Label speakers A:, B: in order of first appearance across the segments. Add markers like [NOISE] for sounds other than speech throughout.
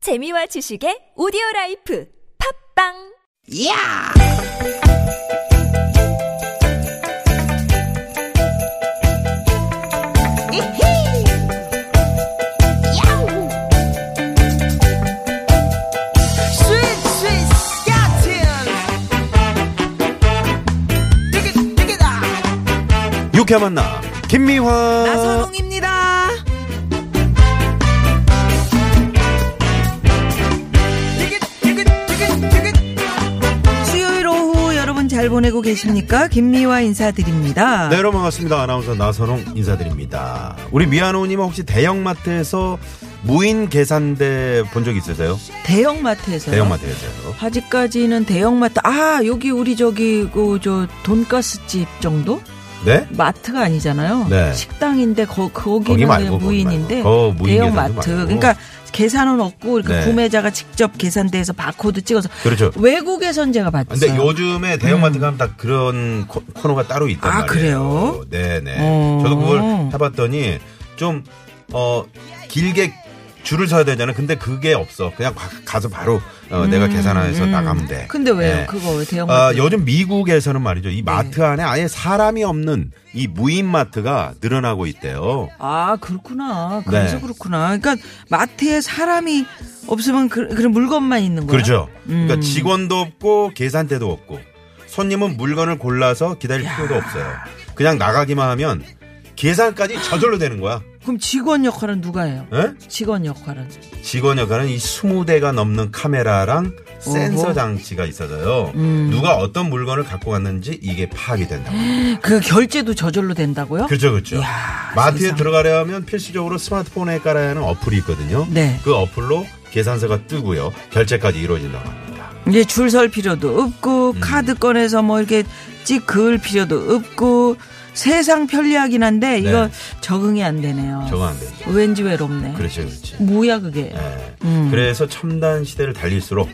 A: 재미와 지식의 오디오 라이프 팝빵
B: 야! 이히! 야우! 스윗, 스윗, 스카틴! 띠깃, 띠깃아!
C: 유쾌 만남 김미화
B: 나선홍입니다! 띠깃, 띠깃, 띠깃, 띠깃!
D: 수요일 오후 여러분 잘 보내고 계십니까? 김미화 인사드립니다.
C: 네, 여러분 반갑습니다 아나운서 나선홍 인사드립니다 우리 미아노님은 혹시 대형마트에서 무인 계산대 본 적 있으세요?
D: 대형마트에서요.
C: 대형마트에서요
D: 아직까지는 대형마트 아 여기 우리 저기 그저 돈가스집 정도
C: 네?
D: 마트가 아니잖아요.
C: 네.
D: 식당인데 거
C: 거기
D: 거기는
C: 말고, 거기
D: 무인인데
C: 말고. 어, 무인
D: 대형마트.
C: 계산도 말고.
D: 그러니까 계산은 없고 이렇게
C: 네.
D: 구매자가 직접 계산대에서 바코드 찍어서
C: 그렇죠
D: 외국에선 제가 봤어요. 음.
C: 근데 요즘에 대형마트 가면 다 그런 코, 너가 따로 있단 말이에요
D: 아, 그래요?
C: 네네
D: 어.
C: 저도 그걸 해봤더니 좀 어, 길게 줄을 서야 되잖아요 근데 그게 없어 그냥 가- 가서 바로 어, 내가 계산해서 나가면 돼
D: 음, 근데 왜요?
C: 네.
D: 그거 왜
C: 아,
D: 대형마트? 네.
C: 요즘 미국에서는 말이죠. 이 마트 안에 아예 사람이 없는 이 무인 마트가 늘어나고 있대요.
D: 아 그렇구나. 그래서
C: 네.
D: 그렇구나. 그러니까 마트에 사람이 없으면 그, 그런 물건만 있는 거야.
C: 그렇죠.
D: 음.
C: 그러니까 직원도 없고 계산대도 없고 손님은 물건을 골라서 기다릴 필요도 없어요. 그냥 나가기만 하면 계산까지 저절로 되는 거야.
D: 그럼 직원 역할은 누가 해요?
C: 예?
D: 직원 역할은
C: 직원 역할은 이 20대가 넘는 카메라랑 센서
D: 어허. 음.
C: 장치가 있어서요. 누가 어떤 물건을 갖고 왔는지 이게 파악이 된다고.
D: 그 결제도 저절로 된다고요?
C: 그렇죠, 그렇죠.
D: 어? 이야,
C: 마트에
D: 세상.
C: 들어가려면 필수적으로 스마트폰에 깔아야 하는 어플이 있거든요.
D: 네.
C: 그 어플로 계산서가 뜨고요. 결제까지 이루어진다고 합니다.
D: 이제 줄 설 필요도 없고
C: 음.
D: 카드 꺼내서 뭐 이렇게 찍 그을 필요도 없고 세상 편리하긴 한데 이거
C: 네.
D: 적응이 안 되네요.
C: 저거 안 되죠.
D: 왠지 외롭네.
C: 그렇죠, 그렇죠.
D: 뭐야 그게?
C: 예.
D: 음.
C: 그래서 첨단 시대를 달릴수록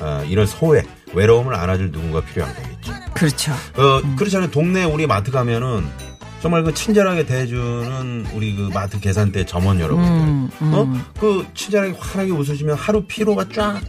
C: 어, 이런 소외, 외로움을 안아줄 누군가 필요한 거겠죠.
D: 그렇죠.
C: 어, 그렇잖아요. 동네 우리 마트 가면은 정말 그 친절하게 대해주는 우리 그 마트 계산대 점원 여러분들.
D: 음, 음.
C: 어? 그 친절하게 환하게 웃으시면 하루 피로가 쫙,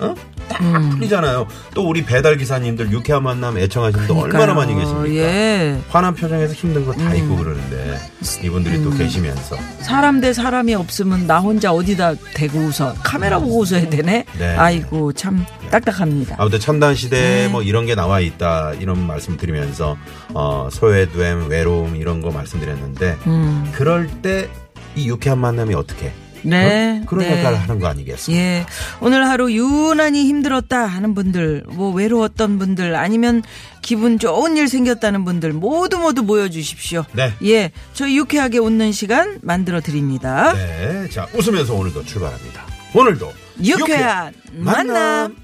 C: 어? 딱
D: 음.
C: 풀리잖아요. 또 우리 배달 기사님들 유쾌한 만남 애청하시는 분들 얼마나 많이
D: 그러니까요.
C: 계십니까?
D: 예. 음.
C: 화난 표정에서 힘든 거 다 있고 그러는데 이분들이 또 계시면서
D: 사람 대 사람이 없으면 나 혼자 어디다 대고 웃어. 카메라 보고 웃어야 되네.
C: 네.
D: 아이고 참 딱딱합니다.
C: 아무튼 첨단 시대에
D: 네.
C: 뭐 이런 게 나와 있다 이런 말씀 드리면서 어, 소외됨, 외로움 이런 거 말씀드렸는데
D: 음.
C: 그럴 때 이 유쾌한 만남이 어떻게
D: 네.
C: 어? 그런
D: 네.
C: 역할을 하는 거 아니겠습니까?
D: 예. 오늘 하루 유난히 힘들었다 하는 분들, 뭐 외로웠던 분들, 아니면 기분 좋은 일 생겼다는 분들 모두 모두 모여 주십시오.
C: 네.
D: 예. 저희 유쾌하게 웃는 시간 만들어 드립니다.
C: 네, 자 웃으면서 오늘도 출발합니다. 오늘도
D: 유쾌한 만남.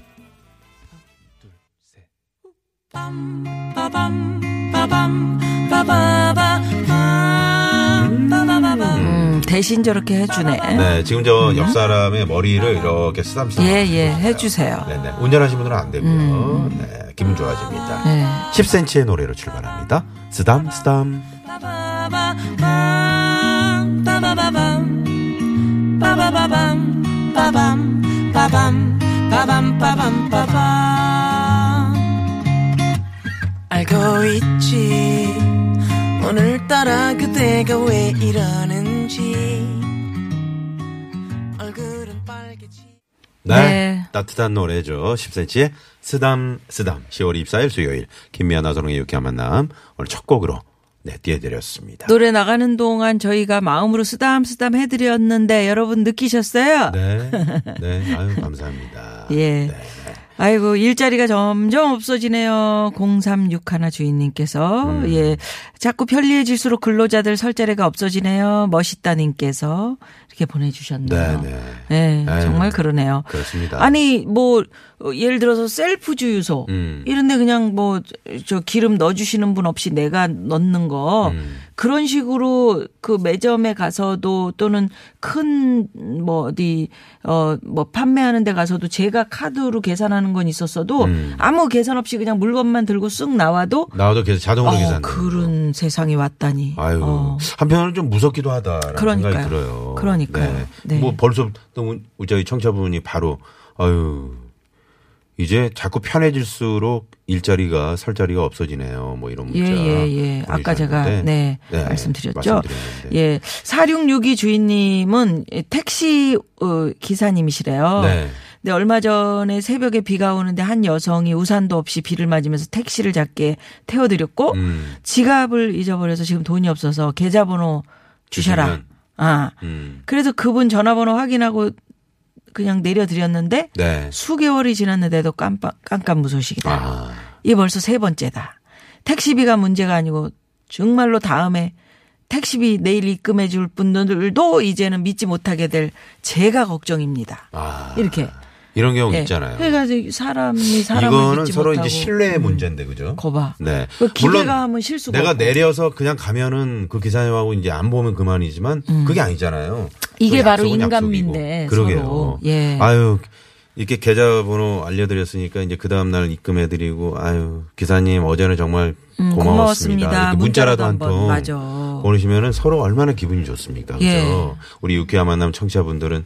D: 음, 대신 저렇게 해 주네.
C: 네, 지금 저 옆 사람의 머리를 이렇게 쓰담쓰담.
D: 음. 예, 예, 해주세요. 음.
C: 네네. 운전하시는 분들은 안 되고요. 네, 기분 좋아집니다.
D: 네.
C: 10cm의 노래로 출발합니다. 쓰담, 쓰담.
E: 알고 있지 오늘따라 그대가 왜 이러는지 얼굴은 빨개지
C: 네.
D: 네.
C: 따뜻한 노래죠. 10cm의 쓰담, 쓰담. 10월 24일 수요일. 김미아 나선홍의 유쾌한 만남. 오늘 첫 곡으로, 네, 띄워드렸습니다.
D: 노래 나가는 동안 저희가 마음으로 쓰담쓰담 해드렸는데 여러분 느끼셨어요?
C: 네. 네. 아유, 감사합니다.
D: [LAUGHS] 예.
C: 네.
D: 아이고 일자리가 점점 없어지네요. 036 하나 주인님께서 예 자꾸 편리해질수록 근로자들 설 자리가 없어지네요. 멋있다님께서 이렇게 보내주셨네요.
C: 네,
D: 예,
C: 아유,
D: 정말 그러네요.
C: 그렇습니다.
D: 아니 뭐 어, 예를 들어서 셀프 주유소
C: 음. 음.
D: 이런데 그냥 뭐 저 기름 넣어주시는 분 없이 내가 넣는 거 그런 식으로 그 매점에 가서도 또는 큰 뭐 어디 어 뭐 판매하는 데 가서도 제가 카드로 계산하는 건 있었어도
C: 음.
D: 아무 계산 없이 그냥 물건만 들고 쓱 나와도
C: 나와도 계속 자동으로
D: 어,
C: 계산.
D: 그런 세상이 왔다니.
C: 아유
D: 어.
C: 한편으로는 좀 무섭기도 하다라는 생각이
D: 그러니까요.
C: 들어요.
D: 그러니까요. 네.
C: 뭐 벌써부터 우- 저희 청자분이 바로 아유 이제 자꾸 편해질수록 일자리가 설 자리가 없어지네요. 뭐 이런 문자.
D: 예, 예, 예. 아까 제가 네,
C: 보내주셨는데.
D: 말씀드렸죠.
C: 말씀드렸는데.
D: 예. 4662 주인님은 택시 어, 기사님이시래요.
C: 네.
D: 근데 얼마 전에 새벽에 비가 오는데 한 여성이 우산도 없이 비를 맞으면서 택시를 작게 태워드렸고
C: 음.
D: 지갑을 잊어버려서 지금 돈이 없어서 계좌번호 주셔라.
C: 주시면.
D: 아.
C: 음.
D: 그래서 그분 전화번호 확인하고 그냥 내려드렸는데
C: 네.
D: 수개월이 지났는데도 깜빡, 깜깜무소식이다.
C: 아.
D: 이 벌써 세 번째다. 택시비가 문제가 아니고 정말로 다음에 택시비 내일 입금해 줄 분들도 이제는 믿지 못하게 될 제가 걱정입니다.
C: 아.
D: 이렇게.
C: 이런 경우
D: 예.
C: 어, 있잖아요.
D: 그러니까 이제 사람이 사람을
C: 이거는
D: 믿지
C: 서로
D: 못하고. 음.
C: 이제 신뢰의 문제인데 그죠?
D: 거봐.
C: 네.
D: 그 기대가 하면 실수가
C: 내가
D: 없고.
C: 내려서 그냥 가면은 그 기사님하고 이제 안 보면 그만이지만 그게 아니잖아요.
D: 음. 이게
C: 그
D: 바로
C: 약속은
D: 인간미인데,
C: 약속이고. 그러게요.
D: 서로. 예.
C: 아유 이렇게 계좌번호 알려드렸으니까 이제 그 다음 날 입금해드리고 아유 기사님 어제는 정말
D: 음,
C: 고마웠습니다.
D: 고마웠습니다.
C: 이렇게 문자라도
D: 문자라도 한번,
C: 한통
D: 맞아.
C: 보내시면은 서로 얼마나 기분이 좋습니까? 그죠?
D: 예.
C: 우리 유쾌한 만남 청취자분들은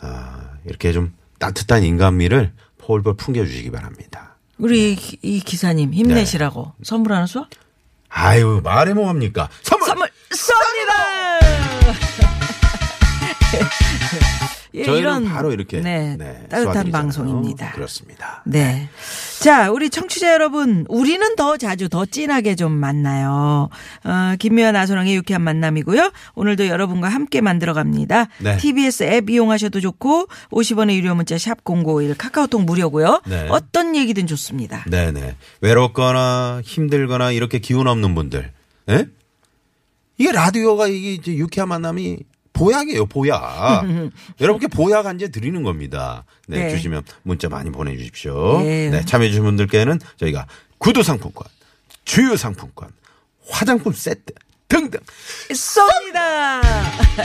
C: 아, 이렇게 좀 따뜻한 인간미를 폴폴 풍겨주시기 바랍니다.
D: 우리 이- 이
C: 네.
D: 기사님 힘내시라고 선물 하나 쏴?
C: 아유 말해 뭐합니까? 선물.
D: 선물 쏩니다. 예,
C: [LAUGHS] 저희는
D: 이런,
C: 바로 이렇게
D: 네,
C: 네,
D: 따뜻한
C: 쏘아드리잖아요.
D: 방송입니다.
C: 그렇습니다.
D: 네. 자, 우리 청취자 여러분, 우리는 더 자주, 더 진하게 좀 만나요. 어, 김미연 아소랑의 유쾌한 만남이고요. 오늘도 여러분과 함께 만들어 갑니다.
C: 네.
D: TBS 앱 이용하셔도 좋고, 50원의 유료 문자 샵 0951, 카카오톡 무료고요.
C: 네.
D: 어떤 얘기든 좋습니다.
C: 네네. 외롭거나 힘들거나 이렇게 기운 없는 분들. 예? 이게 라디오가 이게 이제 유쾌한 만남이 보약이에요,
D: [LAUGHS]
C: 보약. 여러분께 보약 한 제 드리는 겁니다. 네,
D: 네.
C: 주시면 문자 많이 보내주십시오.
D: 예.
C: 네, 참여해주신 분들께는 저희가 구두 상품권, 주유 상품권, 화장품 세트 등등.
D: 쏩니다.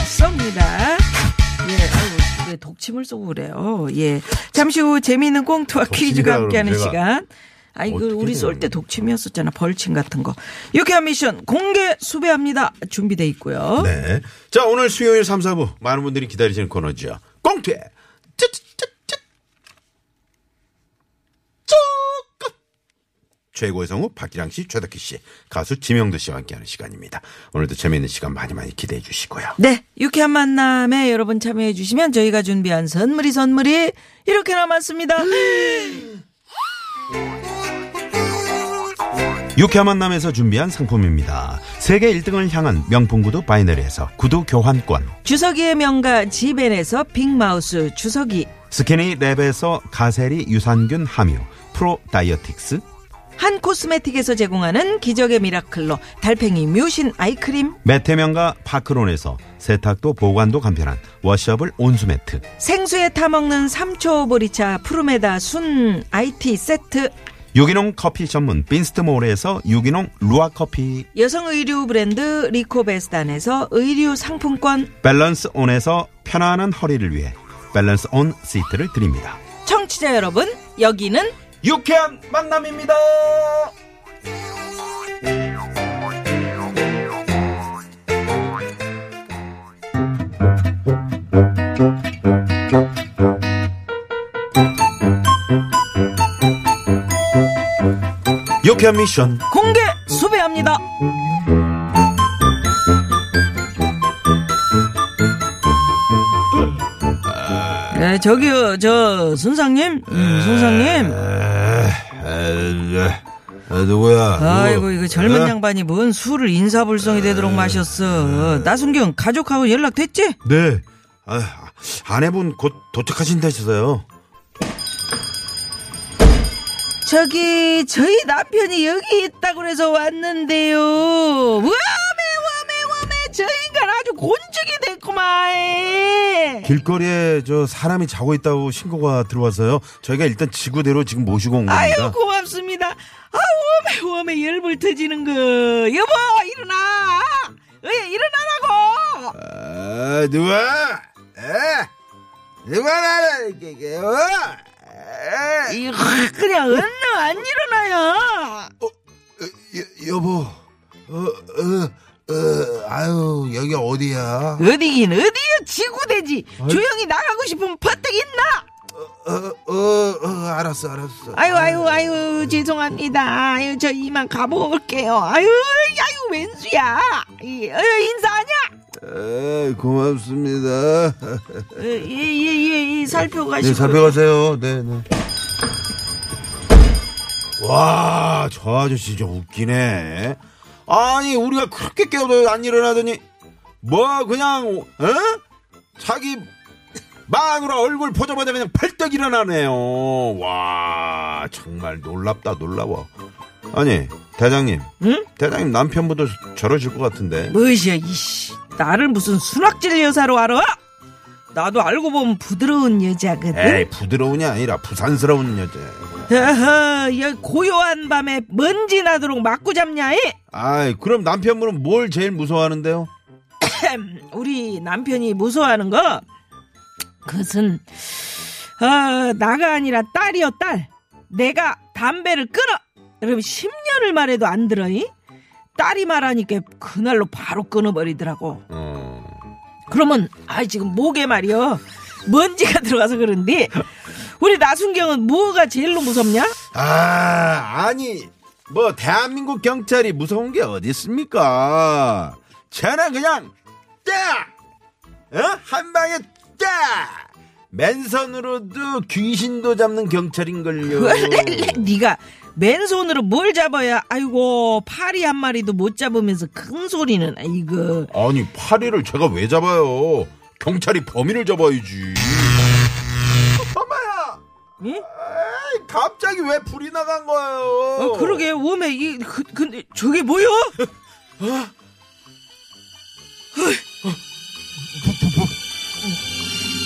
D: [LAUGHS] 쏩니다. 예, 아이고, 왜 독침을 쏘고 그래요? 예. 잠시 후 재미있는 꽁트와
C: 독침이라
D: 퀴즈가 함께하는
C: 그러면 제가
D: 시간. 아이, 그,
C: 어떻게
D: 우리 쏠 때
C: 되는
D: 독침이었었잖아. 벌침 같은 거. 유쾌한 미션 공개 수배합니다. 준비돼 있고요.
C: 네. 자, 오늘 수요일 3, 4부 많은 분들이 기다리시는 코너죠. 꽁트에 쯔쯔쯔쯔 쪼끔 최고의 성우 박기량 씨, 최덕희 씨, 가수 지명도 씨와 함께하는 시간입니다. 오늘도 재미있는 시간 많이 많이 기대해 주시고요.
D: 네. 유쾌한 만남에 여러분 참여해 주시면 저희가 준비한 선물이 선물이 이렇게 남았습니다.
C: [GASPS] 유쾌한 만남에서 준비한 상품입니다. 세계 1등을 향한 명품 구두 바이너리에서 구두 교환권,
D: 주석이의 명가 지벤에서 빅마우스 주석이
C: 스키니 랩에서 가세리 유산균 함유, 프로 다이어틱스,
D: 한 코스메틱에서 제공하는 기적의 미라클로 달팽이 뮤신 아이크림
C: 매태명과 파크론에서 세탁도 보관도 간편한 워셔블 온수매트
D: 생수에 타먹는 삼초 보리차 푸르메다 순 IT 세트
C: 유기농 커피 전문 빈스트몰에서 유기농 루아커피
D: 여성 의류 브랜드 리코베스단에서 의류 상품권
C: 밸런스온에서 편안한 허리를 위해 밸런스온 시트를 드립니다
D: 청취자 여러분 여기는
C: 유쾌한 만남입니다 유쾌한 미션
D: 공개 수배합니다 네, 저기요 저 순상님 음, 순상님
C: 누구야?
D: 아이고 이거 젊은
C: 어?
D: 양반이 뭔 술을 인사불성이 되도록 마셨어. 나순경 가족하고 연락됐지?
C: 네. 아, 아내분 곧 도착하신다셔서요.
D: 저기 저희 남편이 여기 있다고 그래서 왔는데요. 와메 와메 와메 저 인간 아주 곤죽이 됐구만.
C: 길거리에 저 사람이 자고 있다고 신고가 들어와서요. 저희가 일단 지구대로 지금 모시고 온 겁니다.
D: 아유 아, 고맙습니다. 아우 오메 오메 열불 터지는 거 여보 일어나. 왜 일어나라고!
C: 아, 누워! 에! 누워라! 이게, 이게, 어! 에!
D: 이, 그냥 얼른 안 일어나요!
C: 여, 여보, 어, 어, 어, 아유, 여기 어디야?
D: 어디긴 어디야 지구대지! 조용히 나가고 싶으면 퍼뜩 있나!
C: 어, 어, 어, 알았어, 알았어.
D: 아유 아유 아유 죄송합니다. 아유 저 이만 가볼게요. 아유 아유 왼수야. 이, 아유 인사하냐?
C: 에, 고맙습니다.
D: 어, 예예예
C: 네,
D: 살펴가시고.
C: 살펴가세요. 네, 네. 와, 저 아저씨 진짜 웃기네. 아니, 우리가 그렇게 깨워도 안 일어나더니, 뭐, 그냥, 어? 자기 마누라 얼굴 보자마자 그냥 벌떡 일어나네요. 와, 정말 놀랍다, 놀라워. 아니, 대장님.
D: 응?
C: 대장님 남편분도 저러실 것 같은데.
D: 뭐시야 이씨 나를 무슨 순학질 여사로 알아? 나도 알고 보면 부드러운 여자거든.
C: 에이, 부드러운이 아니라 부산스러운 여자.
D: 어허, 야, 고요한 밤에 먼지 나도록 막고 잡냐? 이?
C: 아이, 그럼 남편분은 뭘 제일 무서워하는데요?
D: 우리 남편이 무서워하는 거 그것은 어, 나가 아니라 딸이여 딸 내가 담배를 끊어 그럼 10년을 말해도 안 들어 이? 딸이 말하니까 그날로 바로 끊어버리더라고
C: 어.
D: 그러면 아이 지금 목에 말이여 먼지가 들어가서 그런데 우리 나순경은 뭐가 제일로 무섭냐?
C: 아, 아니, 뭐, 대한민국 경찰이 무서운 게 어디 있습니까? 쟤는 그냥, 딱! 어? 한 방에, 딱! 맨손으로도 귀신도 잡는 경찰인걸요. [LAUGHS]
D: [LAUGHS] 네가 맨손으로 뭘 잡아야 아이고 파리 한 마리도 못 잡으면서 큰 소리는 이거
C: 아니, 파리를 제가 왜 잡아요? 경찰이 범인을 잡아야지. 엄마야!
D: 예?
C: 에이, 갑자기 왜 불이 나간 거예요?
D: 어, 그러게 웜에 이 그, 근데 저게 뭐야?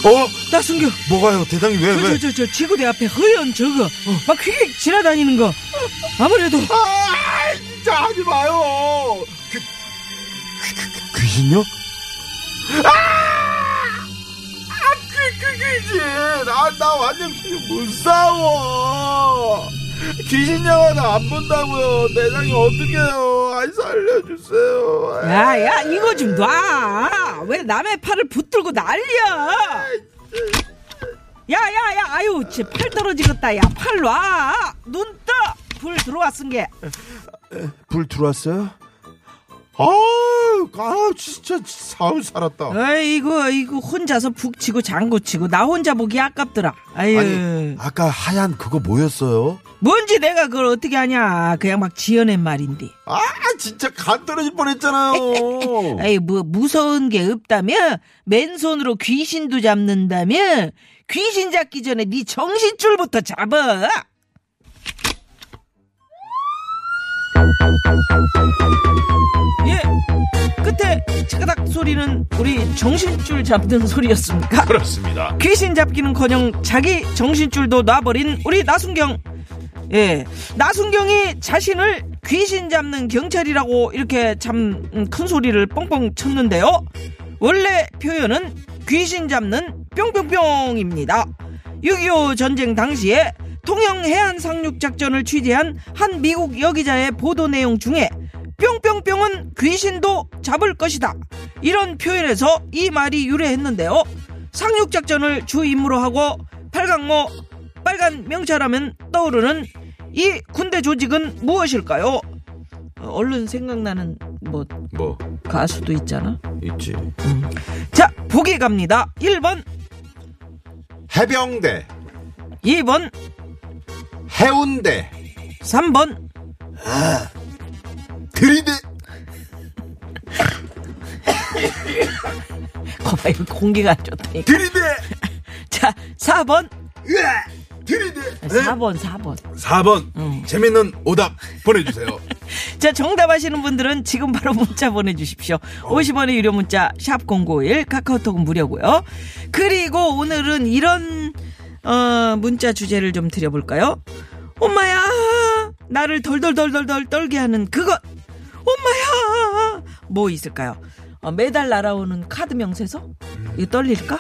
C: 어?
D: 나순경
C: 뭐가요? 대장님 왜,
D: 저
C: 왜?
D: 저 저 지구대 앞에 허연 저거 어, 막 휙 지나다니는 거 아무래도
C: 아, 진짜 하지 마요. 귀, 귀, 귀, 귀신요? 아! 아, 귀, 귀, 귀신. 나, 나 완전 귀 무서워. 귀신 영화는 안 본다고요. 대장이 어떡해요. 아, 살려주세요.
D: 야야 이거 좀 놔 왜 남의 팔을 붙들고 난리야 야야야 아유 쟤 팔 떨어지겠다 야 팔 놔눈떠불 들어왔은 게
C: 불 들어왔어요? 아, 아 진짜 사흘 살았다.
D: 아이고 이거 혼자서 북치고 장구치고 나 혼자 보기 아깝더라
C: 예.
D: 아유
C: 아니, 아까 하얀 그거 뭐였어요?
D: 뭔지 내가 그걸 어떻게 하냐 그냥 막 지어낸 말인데
C: 아 진짜 간 떨어질 [LAUGHS] 뻔했잖아요.
D: 아이 뭐 무서운 게 없다며 맨손으로 귀신도 잡는다며 귀신 잡기 전에 네 정신줄부터 잡아 예 끝에 차가닥 소리는 우리 정신줄 잡는 소리였습니까?
C: 그렇습니다.
D: 귀신 잡기는커녕 자기 정신줄도 놔버린 우리 나순경. 예, 나순경이 자신을 귀신 잡는 경찰이라고 이렇게 참 음, 큰 소리를 뻥뻥 쳤는데요. 원래 표현은 귀신 잡는 뿅뿅뿅입니다. 6.25 전쟁 당시에 통영 해안 상륙 작전을 취재한 한 미국 여기자의 보도 내용 중에 뿅뿅뿅은 귀신도 잡을 것이다. 이런 표현에서 이 말이 유래했는데요. 상륙 작전을 주 임무로 하고 팔강모 빨간 명찰하면 떠오르는 이 군대 조직은 무엇일까요? 어, 얼른 생각나는 뭐
C: 뭐
D: 가수도 있잖아. 음.
C: 있지?
D: 자, 보기 갑니다. 1번,
C: 해병대,
D: 2번,
C: 해운대,
D: 3번, [LAUGHS]
C: 들이대.
D: 거봐, 이거 공기가 안 좋다니까.
C: 들이대.
D: 자, 4번,
C: 으아! 들이대. 네?
D: 4번, 4번.
C: 4번 재밌는 오답 [LAUGHS] 보내주세요.
D: 자 정답하시는 분들은 지금 바로 문자 보내주십시오. 50원의 유료 문자 샵 #051 카카오톡은 무료고요. 그리고 오늘은 이런 어, 문자 주제를 좀 드려볼까요? 엄마야 나를 덜덜덜덜덜 떨게 하는 그것. 엄마야 뭐 있을까요? 어, 매달 날아오는 카드 명세서? 이거 떨릴까?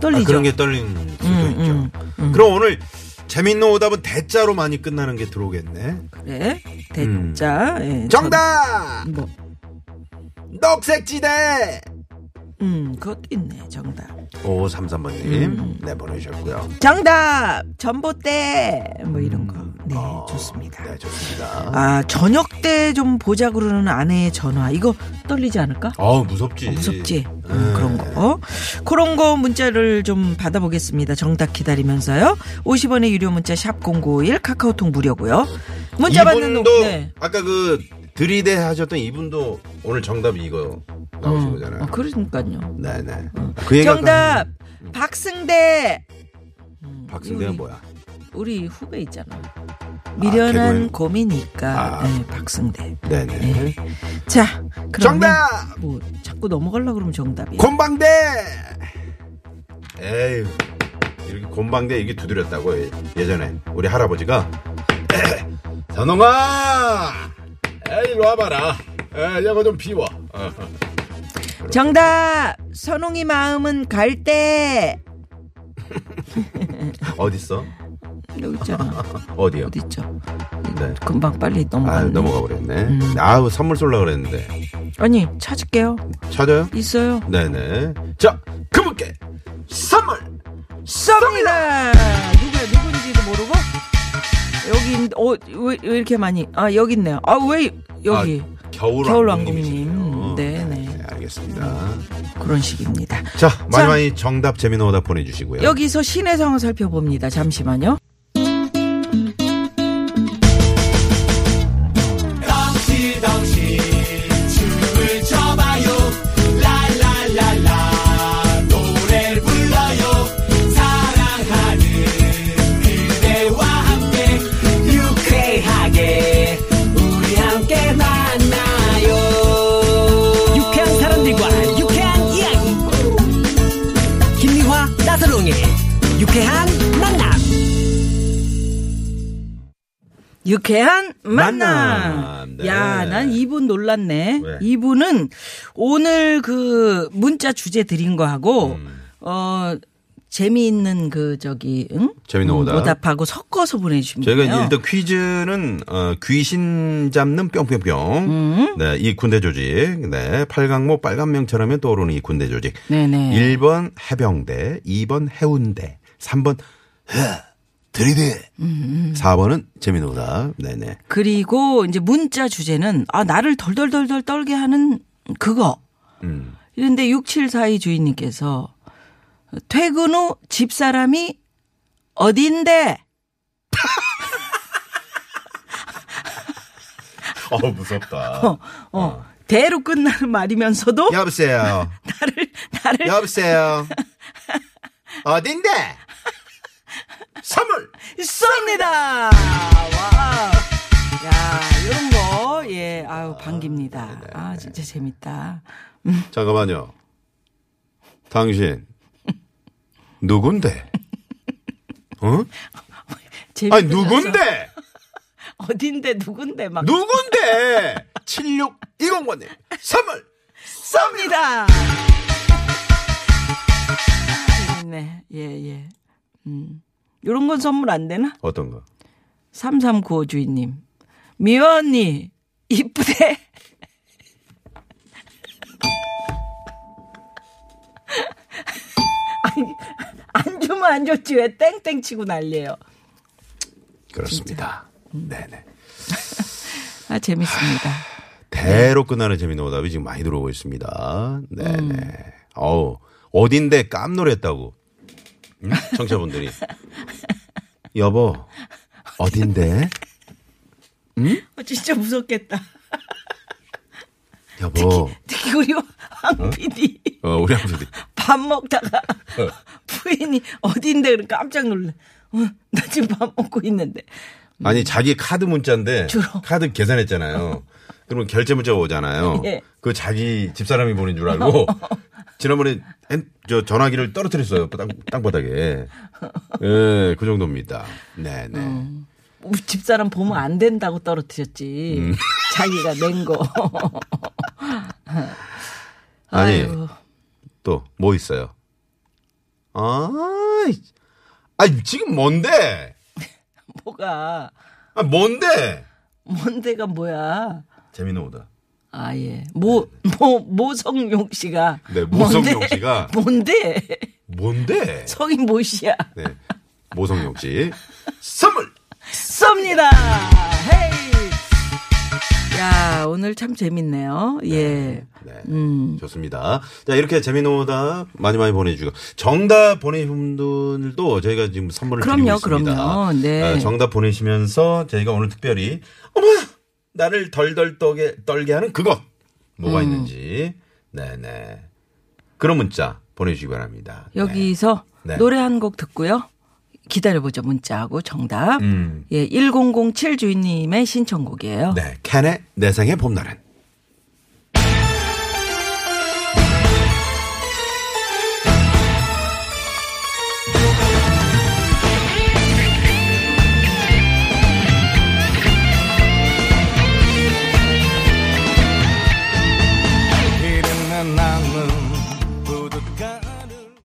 D: 떨리죠.
C: 아, 그런 게 떨리는 수도
D: 음,
C: 있죠.
D: 음,
C: 그럼 오늘 재밌는 오답은 대자로 많이 끝나는 게 들어오겠네.
D: 네. 대자. 예,
C: 음. 정답!
D: 전- 뭐,
C: 녹색지대!
D: 음, 그것도 있네. 정답.
C: 5533번님, 네, 보내주셨고요.
D: 정답! 전봇대! 뭐 이런 거. 네, 좋습니다.
C: 음, 네, 좋습니다.
D: 아, 저녁 때 좀 보자 그러는 아내의 전화. 이거 떨리지 않을까?
C: 아 무섭지.
D: 어, 무섭지? 음, 그런 거. 그런 거 문자를 좀 받아보겠습니다. 정답 기다리면서요. 50원의 유료 문자 샵 0951 카카오톡 무료고요. 문자 받는
C: 이분도,
D: 녹- 네.
C: 아까 그 들이대 하셨던 이분도 오늘 정답이 이거 나오신 거잖아요.
D: 아, 그러니까요.
C: 네네. 그 얘기가
D: 정답 박승대
C: 아까 박승대는 뭐야?
D: 우리 후배 있잖아. 미련한
C: 개그맨.
D: 고민이니까
C: 아.
D: 네, 박승대.
C: 네네.
D: 자, 그러면
C: 정답!
D: 뭐 자꾸 넘어가려 그러면 정답이야.
C: 곤방대! 에이 이렇게 곤방대 이게 두드렸다고 예- 예전에 우리 할아버지가 [CLEARS THROAT] 에이, 선홍아 에이 이리 와봐라 에이 이거 아, 좀 비워 어.
D: 정답 선홍이 마음은 갈대
C: 어딨어?
D: 여기
C: [LAUGHS]
D: 있잖아.
C: 어디요?
D: 어디 음. 있죠?
C: 네.
D: 금방 빨리 넘어가.
C: 아 넘어가 버렸네 아우 선물 쏠라 그랬는데
D: 아니 찾을게요.
C: 찾아요?
D: 있어요.
C: 네네 자 그분께 선물
D: 쏩니다. 누구야 누군지도 모르고 여기 어왜 왜 이렇게 많이? 아 여기 있네요. 아 왜 여기?
C: 아, 겨울,
D: 겨울
C: 어. 왕국님이시네요.
D: 왕국님. 네, 네.
C: 알겠습니다
D: 그런 식입니다.
C: 자 많이 많이 정답 재미는 오답 보내주시고요
D: 여기서 시내 상황 살펴봅니다. 잠시만요.
F: 유쾌한 사람들과 유쾌한 이야기 김미화 나서롱의 유쾌한 만남
D: 유쾌한 만남.
C: 만남. 네.
D: 야, 난 이분 놀랐네.
C: 왜?
D: 이분은 오늘 그 문자 주제 드린 거하고
C: 음.
D: 어 재미있는 그 저기 응?
C: 재미있는 오답.
D: 하고 섞어서 보내주시면
C: 저희가
D: 돼요.
C: 일단 퀴즈는 어, 귀신 잡는 뿅뿅뿅. 네, 이 군대 조직. 네, 팔강모 빨간명처럼 떠오르는 이 군대 조직.
D: 네네.
C: 1번 해병대, 2번 해운대, 3번 해, 들이대. 4번은 재미노다. 네네.
D: 그리고 이제 문자 주제는 아 나를 덜덜덜덜 떨게 하는 그거. 이런데 6742 주인님께서 퇴근 후 집사람이 어딘데?
C: 어, 무섭다.
D: 어, 어. 대로 끝나는 말이면서도
C: [LAUGHS] 여보세요.
D: 나를 나를
C: 여보세요.
D: [LAUGHS]
C: 어딘데? 선물!
D: 쏩니다. 와. 야, 이런 거 예. 아유, 반깁니다. 아, 진짜 재밌다.
C: 네. 잠깐만요. 당신, 누군데? 어? 아니,
D: [LAUGHS] 재밌어서. [LAUGHS]
C: 누군데?
D: 어딘데 누군데 막
C: 누군데? 7610번님, 선물!
D: 쏩니다. 네, 예, 예. 음. 요런 건 선물 안 되나?
C: 어떤 거?
D: 3395 주인님. 미화 언니, 이쁘대. [LAUGHS] 아니, 안 주면 안 줬지. 왜 땡땡 치고 난리예요
C: 그렇습니다.
D: 음.
C: 네네.
D: 아, 재밌습니다.
C: 대로 끝나는 재미있는 오답이 지금 많이 들어오고 있습니다. 네네.
D: 음.
C: 어우, 어딘데 깜놀했다고. 응?
D: [LAUGHS]
C: 청취자분들이. 여보, 어딘데?
D: 어, 진짜 [LAUGHS] 무섭겠다.
C: 여보,
D: 특히 우리 네, 황 PD.
C: 어, 우리 아버지.
D: 밥 먹다가 [LAUGHS] 부인이 어딘데 그러 깜짝 놀래. 어, 나 지금 밥 먹고 있는데.
C: 아니 자기 카드 문자인데
D: 주로.
C: 카드 계산했잖아요. 그러면 결제 문자가 오잖아요.
D: 예.
C: 그 자기 집사람이 보낸 줄 알고
D: [LAUGHS]
C: 지난번에 핸- 저 전화기를 떨어뜨렸어요. 땅, 땅바닥에. 예, 그 정도입니다. 네, 네.
D: 음. 우리 집사람
C: 음. [LAUGHS]
D: 보면 안 된다고 떨어뜨렸지. 자기가 낸 거.
C: 아니.
G: 아유,
C: 또 뭐 있어요? 아, 아 지금 뭔데?
G: [LAUGHS] 뭐가
C: 아 뭔데?
G: 뭔데가 뭐야?
C: 재밌는 오다.
G: 아 예. 모모 모성용 씨가
C: 네, 모성용
G: 뭔데?
C: 씨가.
G: [LAUGHS] 뭔데?
C: 뭔데?
G: 성인 모 씨야.
C: 네, 모성용 씨 선물.
G: 쏩니다. 헤이. 야 오늘 참 재밌네요. 예.
C: 네, 좋습니다. 자 이렇게 재밌는 오다 많이 많이 보내주시고 정답 보내신 분들도 저희가 지금 선물을
G: 그럼요,
C: 드리고 있습니다.
G: 그럼요. 네.
C: 아, 정답 보내시면서 저희가 오늘 특별히 어머 나를 덜덜 떨게 떨게 하는 그것
G: 음.
C: 뭐가 있는지 네네 그런 문자 보내주시기 바랍니다. 네.
G: 여기서
C: 네.
G: 노래 한 곡 듣고요. 기다려보죠. 문자하고 정답.
C: 음.
G: 예, 1007 주인님의 신청곡이에요.
C: 네, 캔의 네, 내 생의 봄날은.